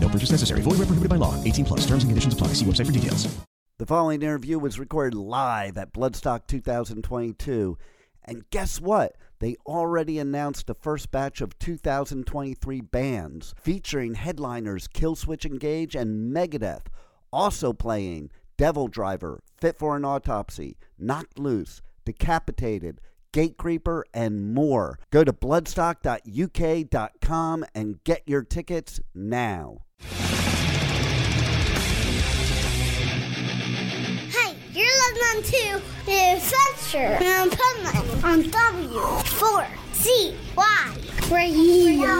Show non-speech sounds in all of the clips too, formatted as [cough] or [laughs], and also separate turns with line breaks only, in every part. No purchase necessary. Void where prohibited by law. 18 plus. Terms and conditions apply. See website for details.
The following interview was recorded live at Bloodstock 2022. And guess what? They already announced the first batch of 2023 bands featuring headliners Killswitch Engage and Megadeth, also playing Devil Driver, Fit for an Autopsy, Knocked Loose, Decapitated, Gatekeeper, and more. Go to bloodstock.uk.com and get your tickets now.
Hey, you're listening to The Adventure in Puntland on W4CY Radio.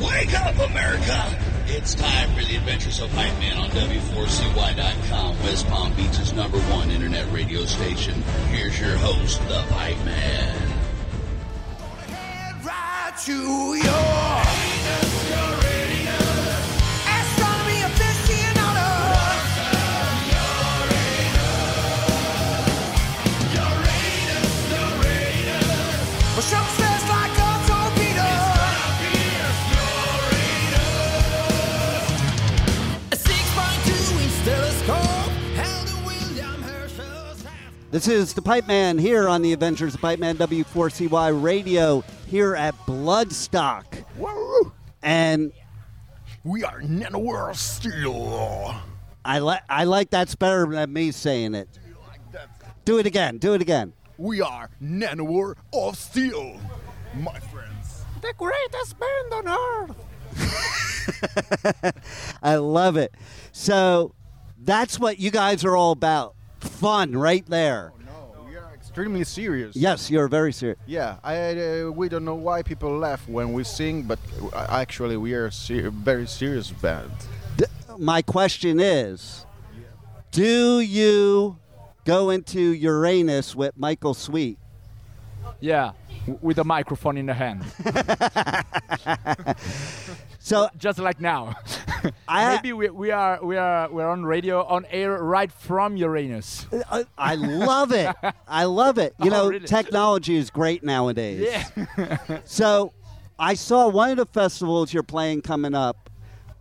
Wake up, America! It's time for the adventures of Hype Man on W4CY.com, West Palm Beach's number one internet radio station. Here's your host, the Hype Man.
This is the Pipe Man here on the Adventures of Pipe Man W4CY Radio here at Bloodstock. And
We are Nanowar Steel.
I like I like that's better than me saying it. Do it again. Do it again.
We are Nanowar of Steel, my friends. The greatest band on earth.
I love it. So that's what you guys are all about. Fun right there.
We are extremely serious.
Yes, you're very serious.
Yeah. I, uh, we don't know why people laugh when we sing, but uh, actually we are a ser- very serious band.
Th- my question is Do you go into Uranus with Michael Sweet?
Yeah, w- with a microphone in the hand, [laughs]
So
just like now.
[laughs] I-
Maybe we, we are we are we're on radio on air right from Uranus.
I, I love it. I love it. You
[laughs] Oh,
know,
really?
technology is great nowadays.
Yeah.
[laughs] So I saw one of the festivals you're playing coming up.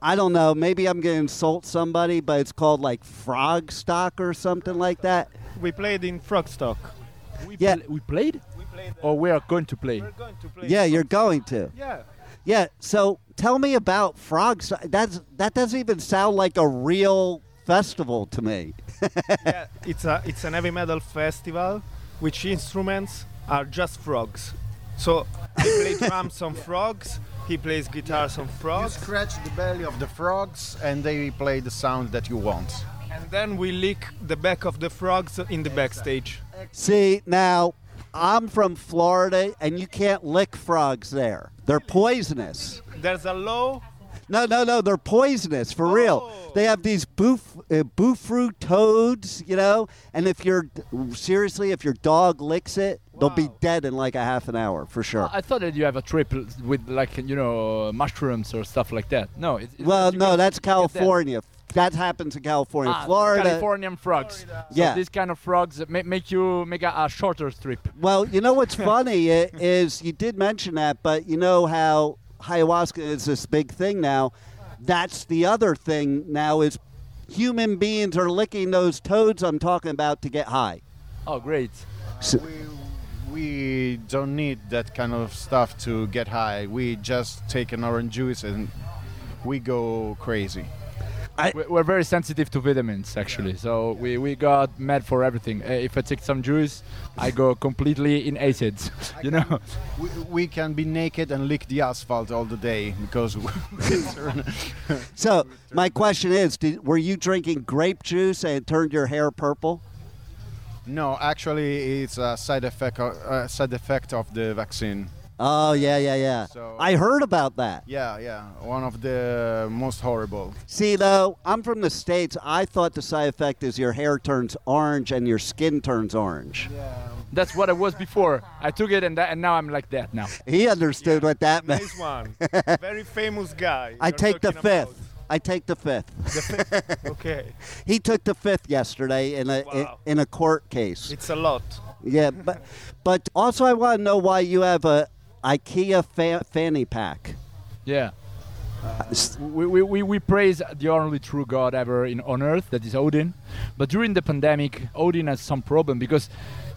I don't know, maybe I'm going to insult somebody, but it's called like Frog Stock or something like that.
We played in Frogstock.
We
Yeah.
pl- we played, or we are going to play.
We're going to play.
Yeah, you're going to.
Yeah.
Yeah, so tell me about Frog Stock. That's, that doesn't even sound like a real festival to me.
yeah. It's a it's an heavy metal festival, which instruments are just frogs. So I
[laughs]
play drums on frogs. He plays guitars on
You
frogs,
scratch the belly of the frogs and they play the sound that you want.
and then we lick the back of the frogs in the backstage.
See, now I'm from Florida and you can't lick frogs there, they're poisonous.
There's a law.
No, no, no. They're poisonous for real.
Oh.
They have these boof, uh, boofru toads, you know. And if you're seriously, if your dog licks it, They'll be dead in like a half an hour for sure.
I thought that you have a trip with like you know mushrooms or stuff like that. No, it's, it's
well,
you
no,
can-
that's
you can get that.
California. That happens in California,
Ah,
Florida.
Californian frogs. So
Yeah.
these kind of frogs ma- make you make a, a shorter trip.
Well, you know
[laughs]
what's funny i- is you did mention that, but you know how ayahuasca is this big thing now. That's the other thing now is human beings are licking those toads I'm talking about to get high.
Oh, great.
We don't need that kind of stuff to get high. We just take an orange juice and we go crazy.
We- We're very sensitive to vitamins, actually. So we, we got mad for everything. Uh, if I take some juice, I go completely in acids. [laughs] you know.
We, we can be naked and lick the asphalt all the day because [laughs]
So my question is, did, were you drinking grape juice and it turned your hair purple?
no, actually, it's a side effect of, uh, side effect of the vaccine.
Oh yeah, yeah, yeah.
So-
I heard about that.
Yeah, yeah, one of the most horrible.
See, though, I'm from the States. I thought the side effect is your hair turns orange and your skin turns orange.
That's what I was before. I took it and, that, and now I'm like that now.
He understood what
[laughs]
that meant.
This one, very famous guy.
I
you're
take the
talking about.
fifth. I take the fifth. [laughs]
Okay,
he took the fifth yesterday in a in, in a court
[laughs]
case.
it's a lot.
yeah, but but also I want to know why you have a IKEA fa- fanny pack.
Yeah. We, we, we, we praise the only true God ever in on earth, that is Odin. But during the pandemic, Odin has some problem because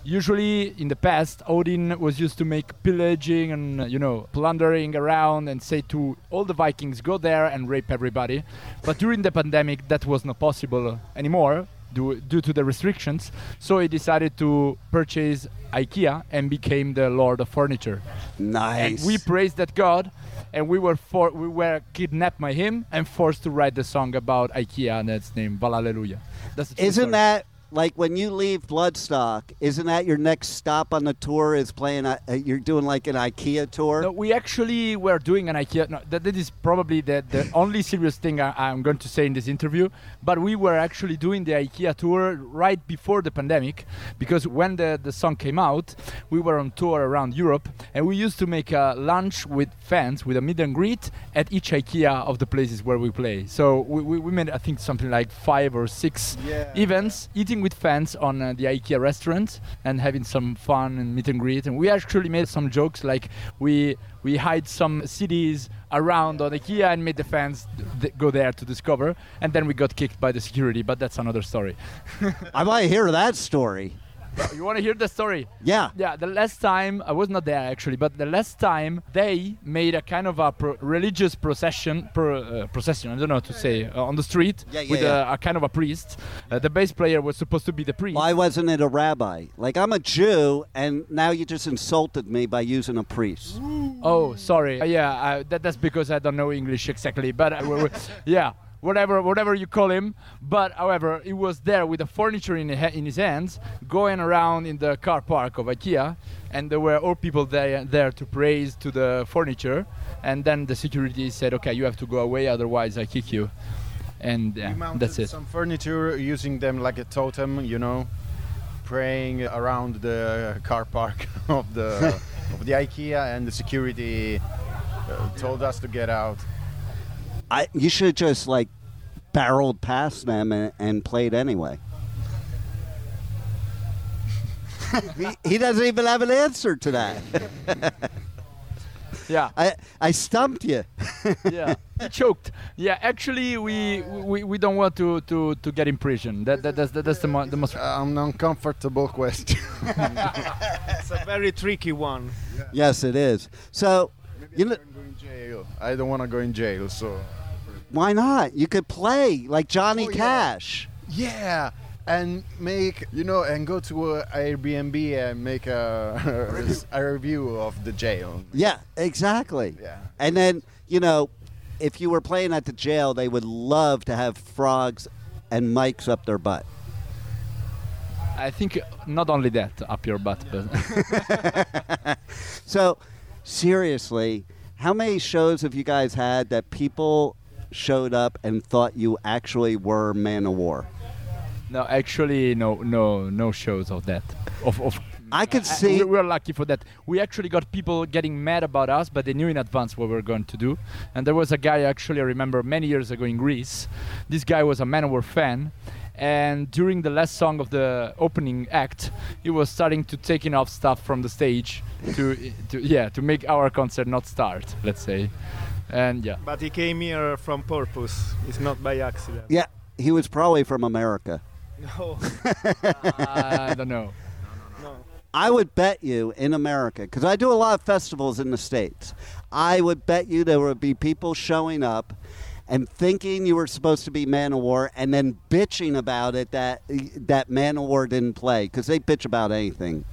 usually in the past, Odin was used to make pillaging and you know plundering around and say to all the Vikings, go there and rape everybody. But during the pandemic, that was not possible anymore due, due to the restrictions. So he decided to purchase IKEA and became the lord of furniture.
Nice.
And we praised that God, and we were for we were kidnapped by him and forced to write the song about IKEA and its name Hallelujah. That's the true
Isn't
story.
that like when you leave Bloodstock? Isn't that your next stop on the tour? Is playing? A, uh, you're doing like an IKEA tour.
No, we actually were doing an IKEA. No, that, that is probably the, the only serious thing I, I'm going to say in this interview. But we were actually doing the IKEA tour right before the pandemic, because when the, the song came out, we were on tour around Europe, and we used to make a lunch with fans with a meet and greet at each IKEA of the places where we play. So we, we, we made I think something like five or six events, eating with fans on uh, the IKEA restaurant and having some fun and meet and greet. And we actually made some jokes like we we hide some CDs around on IKEA and made the fans th- go there to discover. And then we got kicked by the security, but that's another story. [laughs]
I want to hear that story.
you want to hear the story?
Yeah.
Yeah, the last time I was not there actually, but the last time they made a kind of a pro- religious procession, pro- uh, procession. I don't know how to say uh, on the street
Yeah, yeah,
with
yeah.
A, a kind of a priest. Uh, the bass player was supposed to be the priest.
Why wasn't it a rabbi? Like I'm a Jew, and now you just insulted me by using a priest.
Oh, sorry. Uh, yeah, uh, that, that's because I don't know English exactly. But uh, we- [laughs] we- yeah, whatever, whatever you call him. But however, he was there with the furniture in, he- in his hands, going around in the car park of IKEA, and there were all people there there to praise to the furniture. And then the security said, "Okay, you have to go away, otherwise I kick you." And
We
uh,
mounted
that's it.
Some furniture, using them like a totem, you know, praying around the car park [laughs] of the of the IKEA, and the security uh, told us to get out.
I you should have just like barreled past them and, and played anyway. [laughs] he, he doesn't even have an answer to that.
Yeah.
I I stumped you. [laughs]
yeah, he choked. Yeah, actually, we we, we don't want to, to, to get in prison. That, that that's that's the, mo- the most.
An uncomfortable [laughs] question.
It's a very tricky one.
yes, it is. So you know,
in jail. I don't want to go in jail, so.
why not? You could play like Johnny
Oh, yeah.
Cash.
Yeah. And make you know, and go to uh, Airbnb and make a, [laughs] a review of the jail.
Yeah, exactly.
Yeah.
And then, you know, if you were playing at the jail, they would love to have frogs and mics up their butt.
I think not only that up your butt, but [laughs]
So, seriously, how many shows have you guys had that people showed up and thought you actually were Man of War?
no, actually, no, no, no shows of that. Of, of
I could
Mm.
I-
see-
Uh,
we- we were lucky for that. We actually got people getting mad about us, but they knew in advance what we were going to do. And there was a guy actually I remember many years ago in Greece. This guy was a Manowar fan, and during the last song of the opening act, he was starting to taking off stuff from the stage to, to yeah to make our concert not start. Let's say, and yeah.
But he came here from purpose. It's not by accident. [laughs]
Yeah, he was probably from America.
No.
I don't know.
I would bet you in America, because I do a lot of festivals in the States, I would bet you there would be people showing up and thinking you were supposed to be Man of War and then bitching about it that that Man of War didn't play, because they bitch about anything.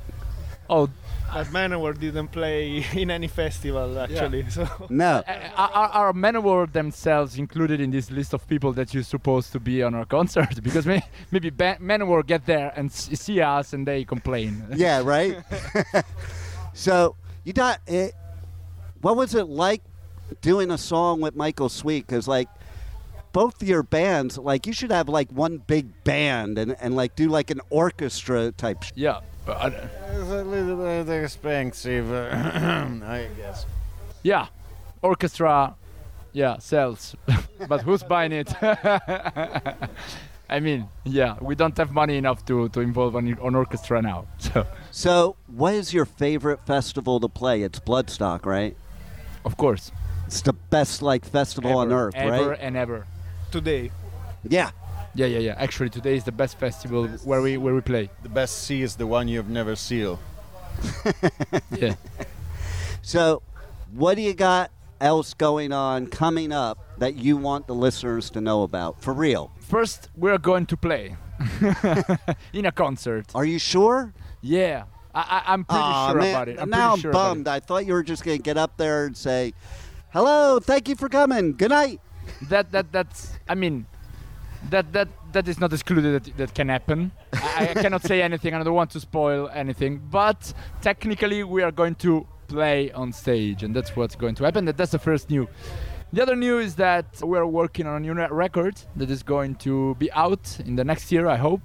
Oh,
but Manowar didn't play [laughs] in any festival actually. So
No.
Are, are, are Manowar themselves included in this list of people that you're supposed to be on our [laughs] concert? Because may, maybe ba- Manowar get there and s- see us and they complain.
[laughs] Yeah, right? so, you got it. What was it like doing a song with Michael Sweet? Because, like, both your bands, like, you should have, like, one big band and, and like, do, like, an orchestra type sh-
Yeah. But uh, I,
It's a little bit expensive, [clears throat] I guess.
yeah. Orchestra, yeah, sells. [laughs] but who's buying it? [laughs] I mean, yeah, we don't have money enough to, to involve an, an orchestra now. [laughs] So,
So, what is your favorite festival to play? It's Bloodstock, right?
Of course.
It's the best like festival on
Ever,
earth,
ever
right?
and ever.
Today.
Yeah.
Yeah, yeah, yeah. Actually, today is the best festival where we where we
[laughs]
play.
The best sea is the one you've never seen.
yeah.
So, what do you got else going on coming up that you want the listeners to know about? For real.
First, we're going to play [laughs] in a concert.
Are you sure?
Yeah, I, I, I'm pretty
Aw,
sure
Ah, man,
about it. I'm
now
pretty
I'm
sure about
bummed. I thought you were just going to get up there and say, "Hello, thank you for coming. Good night."
it. That that that's. I mean, that that that is not excluded. That, that can happen. I, I cannot say anything. and I don't want to spoil anything. But technically, we are going to play on stage, and that's what's going to happen. That that's the first new. The other new is that we're working on a new re- record that is going to be out in the next year, I hope.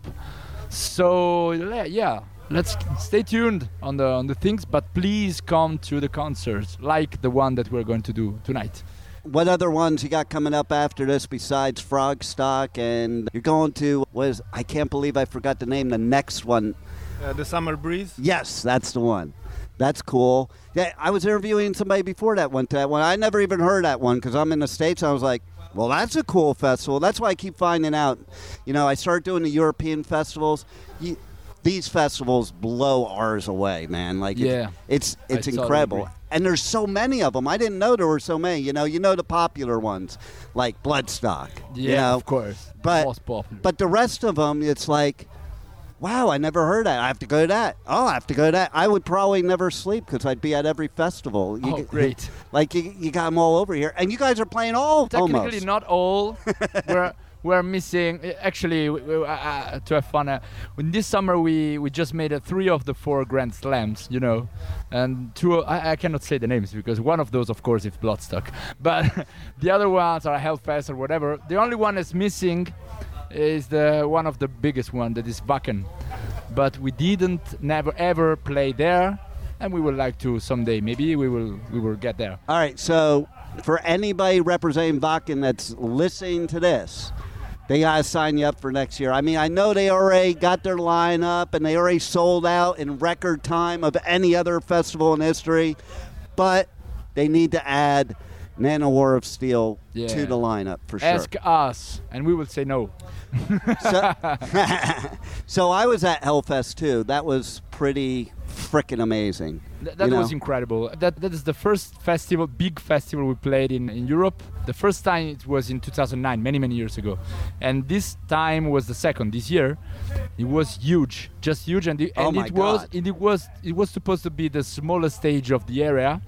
So le- yeah, let's stay tuned on the on the things, but please come to the concert, like the one that we're going to do tonight.
What other ones you got coming up after this besides Frogstock? And you're going to was I can't believe I forgot to name the next one.
Uh, the summer breeze.
Yes, that's the one. That's cool. Yeah, I was interviewing somebody before that one. To that one, I never even heard that one because I'm in the states. I was like, well, that's a cool festival. That's why I keep finding out. You know, I start doing the European festivals. You, these festivals blow ours away, man. Like,
Yeah.
it's
I
it's, it's
totally
incredible.
agree.
And there's so many of them. I didn't know there were so many. You know, you know the popular ones like Bloodstock. you
Yeah,
know?
of course.
But
Most popular.
but the rest of them, it's like, wow, I never heard that. I have to go to that. Oh, I have to go to that. I would probably never sleep because I'd be at every festival. You
Oh,
get-
great.
[laughs] Like you, you got them all over here, and you guys are playing all
Technically,
almost.
not all. we're we're missing. eh, Actually, w- w- uh, uh, to have fun, uh, when this summer we we just made uh, three of the four Grand Slams, you know, and two. I, I cannot say the names because one of those, of course, is Bloodstock, [laughs] but the other ones are Hellfest or whatever. The only one that's missing is the one of the biggest one that is Wacken, but we didn't never ever play there. And we would like to someday. Maybe we will. We will get there.
All right, so for anybody representing Vakken that's listening to this, they gotta sign you up for next year. I mean, I know they already got their lineup and they already sold out in record time of any other festival in history, but they need to add Nano War of Steel to
Yeah.
the lineup for sure.
Ask us, and we will say no. [laughs]
[laughs] so I was at Hellfest too. That was pretty freaking amazing.
Th- that
you know?
was incredible. That that is the first festival, big festival we played in, in Europe. The first time it was in 2009, many many years ago, and this time was the second this year. It was huge, just huge, and, it-
Oh
and
my
it was
God.
and it was it was supposed to be the smallest stage of the area,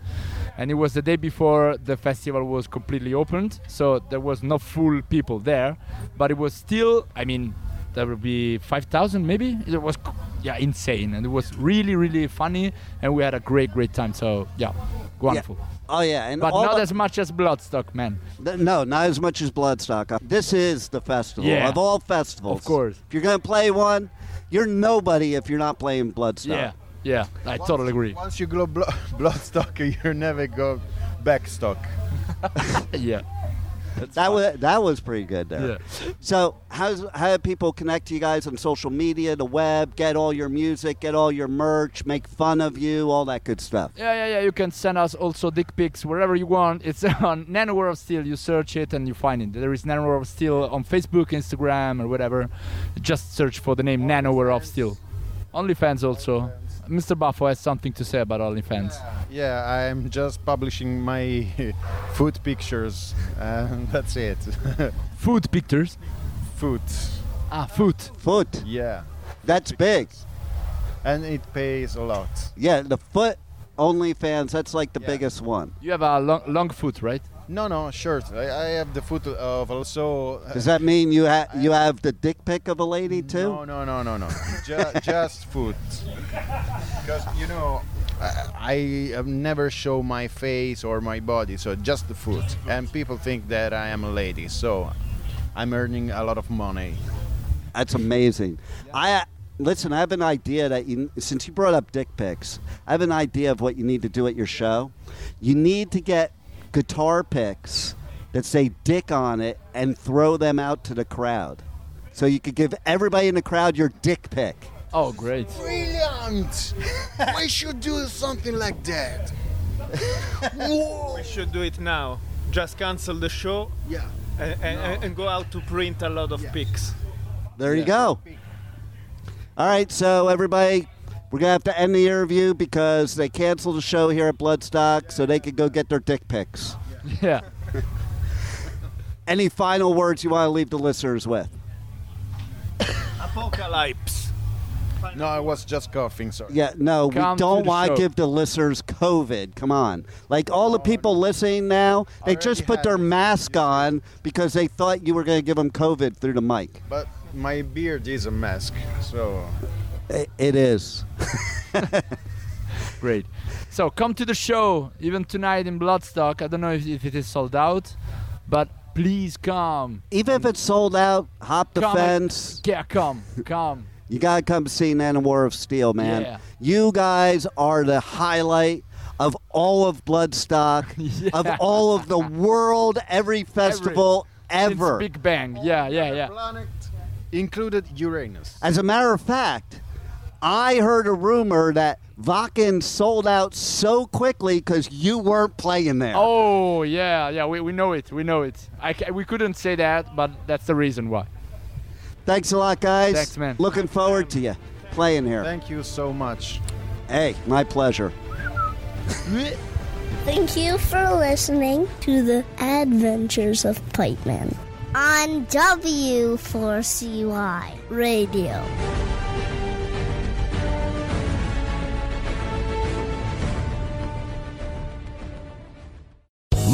and it was the day before the festival was completely opened, so there was no full people there, but it was still, I mean. There would be 5,000 maybe. It was, c- yeah, insane. And it was really, really funny. And we had a great, great time. So, yeah, wonderful.
Oh yeah, and
But
all
not
the-
as much as Bloodstock, man.
Th- No, not as much as Bloodstock. Uh, This is the festival
Yeah.
of all festivals.
Of course.
If you're going to play one, you're nobody if you're not playing Bloodstock.
Yeah. Yeah, I totally agree.
Once you go blo- [laughs] bloodstock, you never go backstock.
yeah.
that was that was pretty good there.
Yeah.
So how's how do people connect to you guys on social media, the web, get all your music, get all your merch, make fun of you, all that good stuff.
Yeah, yeah, yeah. You can send us also dick pics wherever you want. It's [laughs] on Nanowar of Steel. You search it and you find it. There is Nanowar of Steel on Facebook, Instagram, or whatever. Just search for the name Nanowar of Steel. OnlyFans also. Mr. Buffo has something to say about OnlyFans.
Yeah, I'm just publishing my [laughs] food pictures, and [laughs] that's it.
food pictures?
Food.
Ah, food.
Foot.
Yeah.
That's big.
And it pays a lot.
Yeah, the foot OnlyFans, that's like the biggest one.
You have a long, long foot, right?
No, no, shirt. I, I have the foot of also.
Does that mean you ha- you have the dick pic of a lady too?
No, no, no, no, no. Ju- [laughs] just food. Because, you know, I, I have never show my face or my body, so just the food. And people think that I am a lady, so I'm earning a lot of money.
That's amazing. I uh, listen. I have an idea that you, since you brought up dick pics, I have an idea of what you need to do at your show. You need to get guitar picks that say "dick" on it and throw them out to the crowd, so you could give everybody in the crowd your dick pic.
Oh, great. [laughs]
[laughs]
Brilliant! we should do something like that.
we should do it now. Just cancel the show.
Yeah.
And, and, and go out to print a lot of pics.
There you go. All right, so everybody, we're gonna have to end the interview because they canceled the show here at Bloodstock, so they could go get their dick pics.
Yeah.
Any final words you want to leave the listeners with?
Apocalypse.
No, I was just coughing, sorry.
Yeah, no,
Come
we
to
don't
the
want
show. Oh,
to give the listeners COVID. Come on. Like all the people listening now, they just put their mask on because they thought you were going to give them COVID through the mic.
But my beard is a mask, so.
I- it is.
Great. So come to the show, even tonight in Bloodstock. I don't know if, if it is sold out, but please come.
Even if it's sold out, hop the
Come and-
fence.
Yeah, come, come.
You got to come see Nana War of Steel, man.
Yeah.
You guys are the highlight of all
[laughs]
of Bloodstock, of all of the world, every festival
Since
ever.
Big Bang. Yeah, yeah, yeah.
Included Uranus.
As a matter of fact, I heard a rumor that Vakken sold out so quickly because you weren't playing there.
Oh yeah, yeah. We, we know it. We know it. I ca- we couldn't say that, but that's the reason why.
Thanks a lot, guys.
Thanks, man.
Looking forward to you playing here.
Thank you so much.
Hey, my pleasure.
Thank you for listening to the Adventures of Pipe Man on W4CY Radio.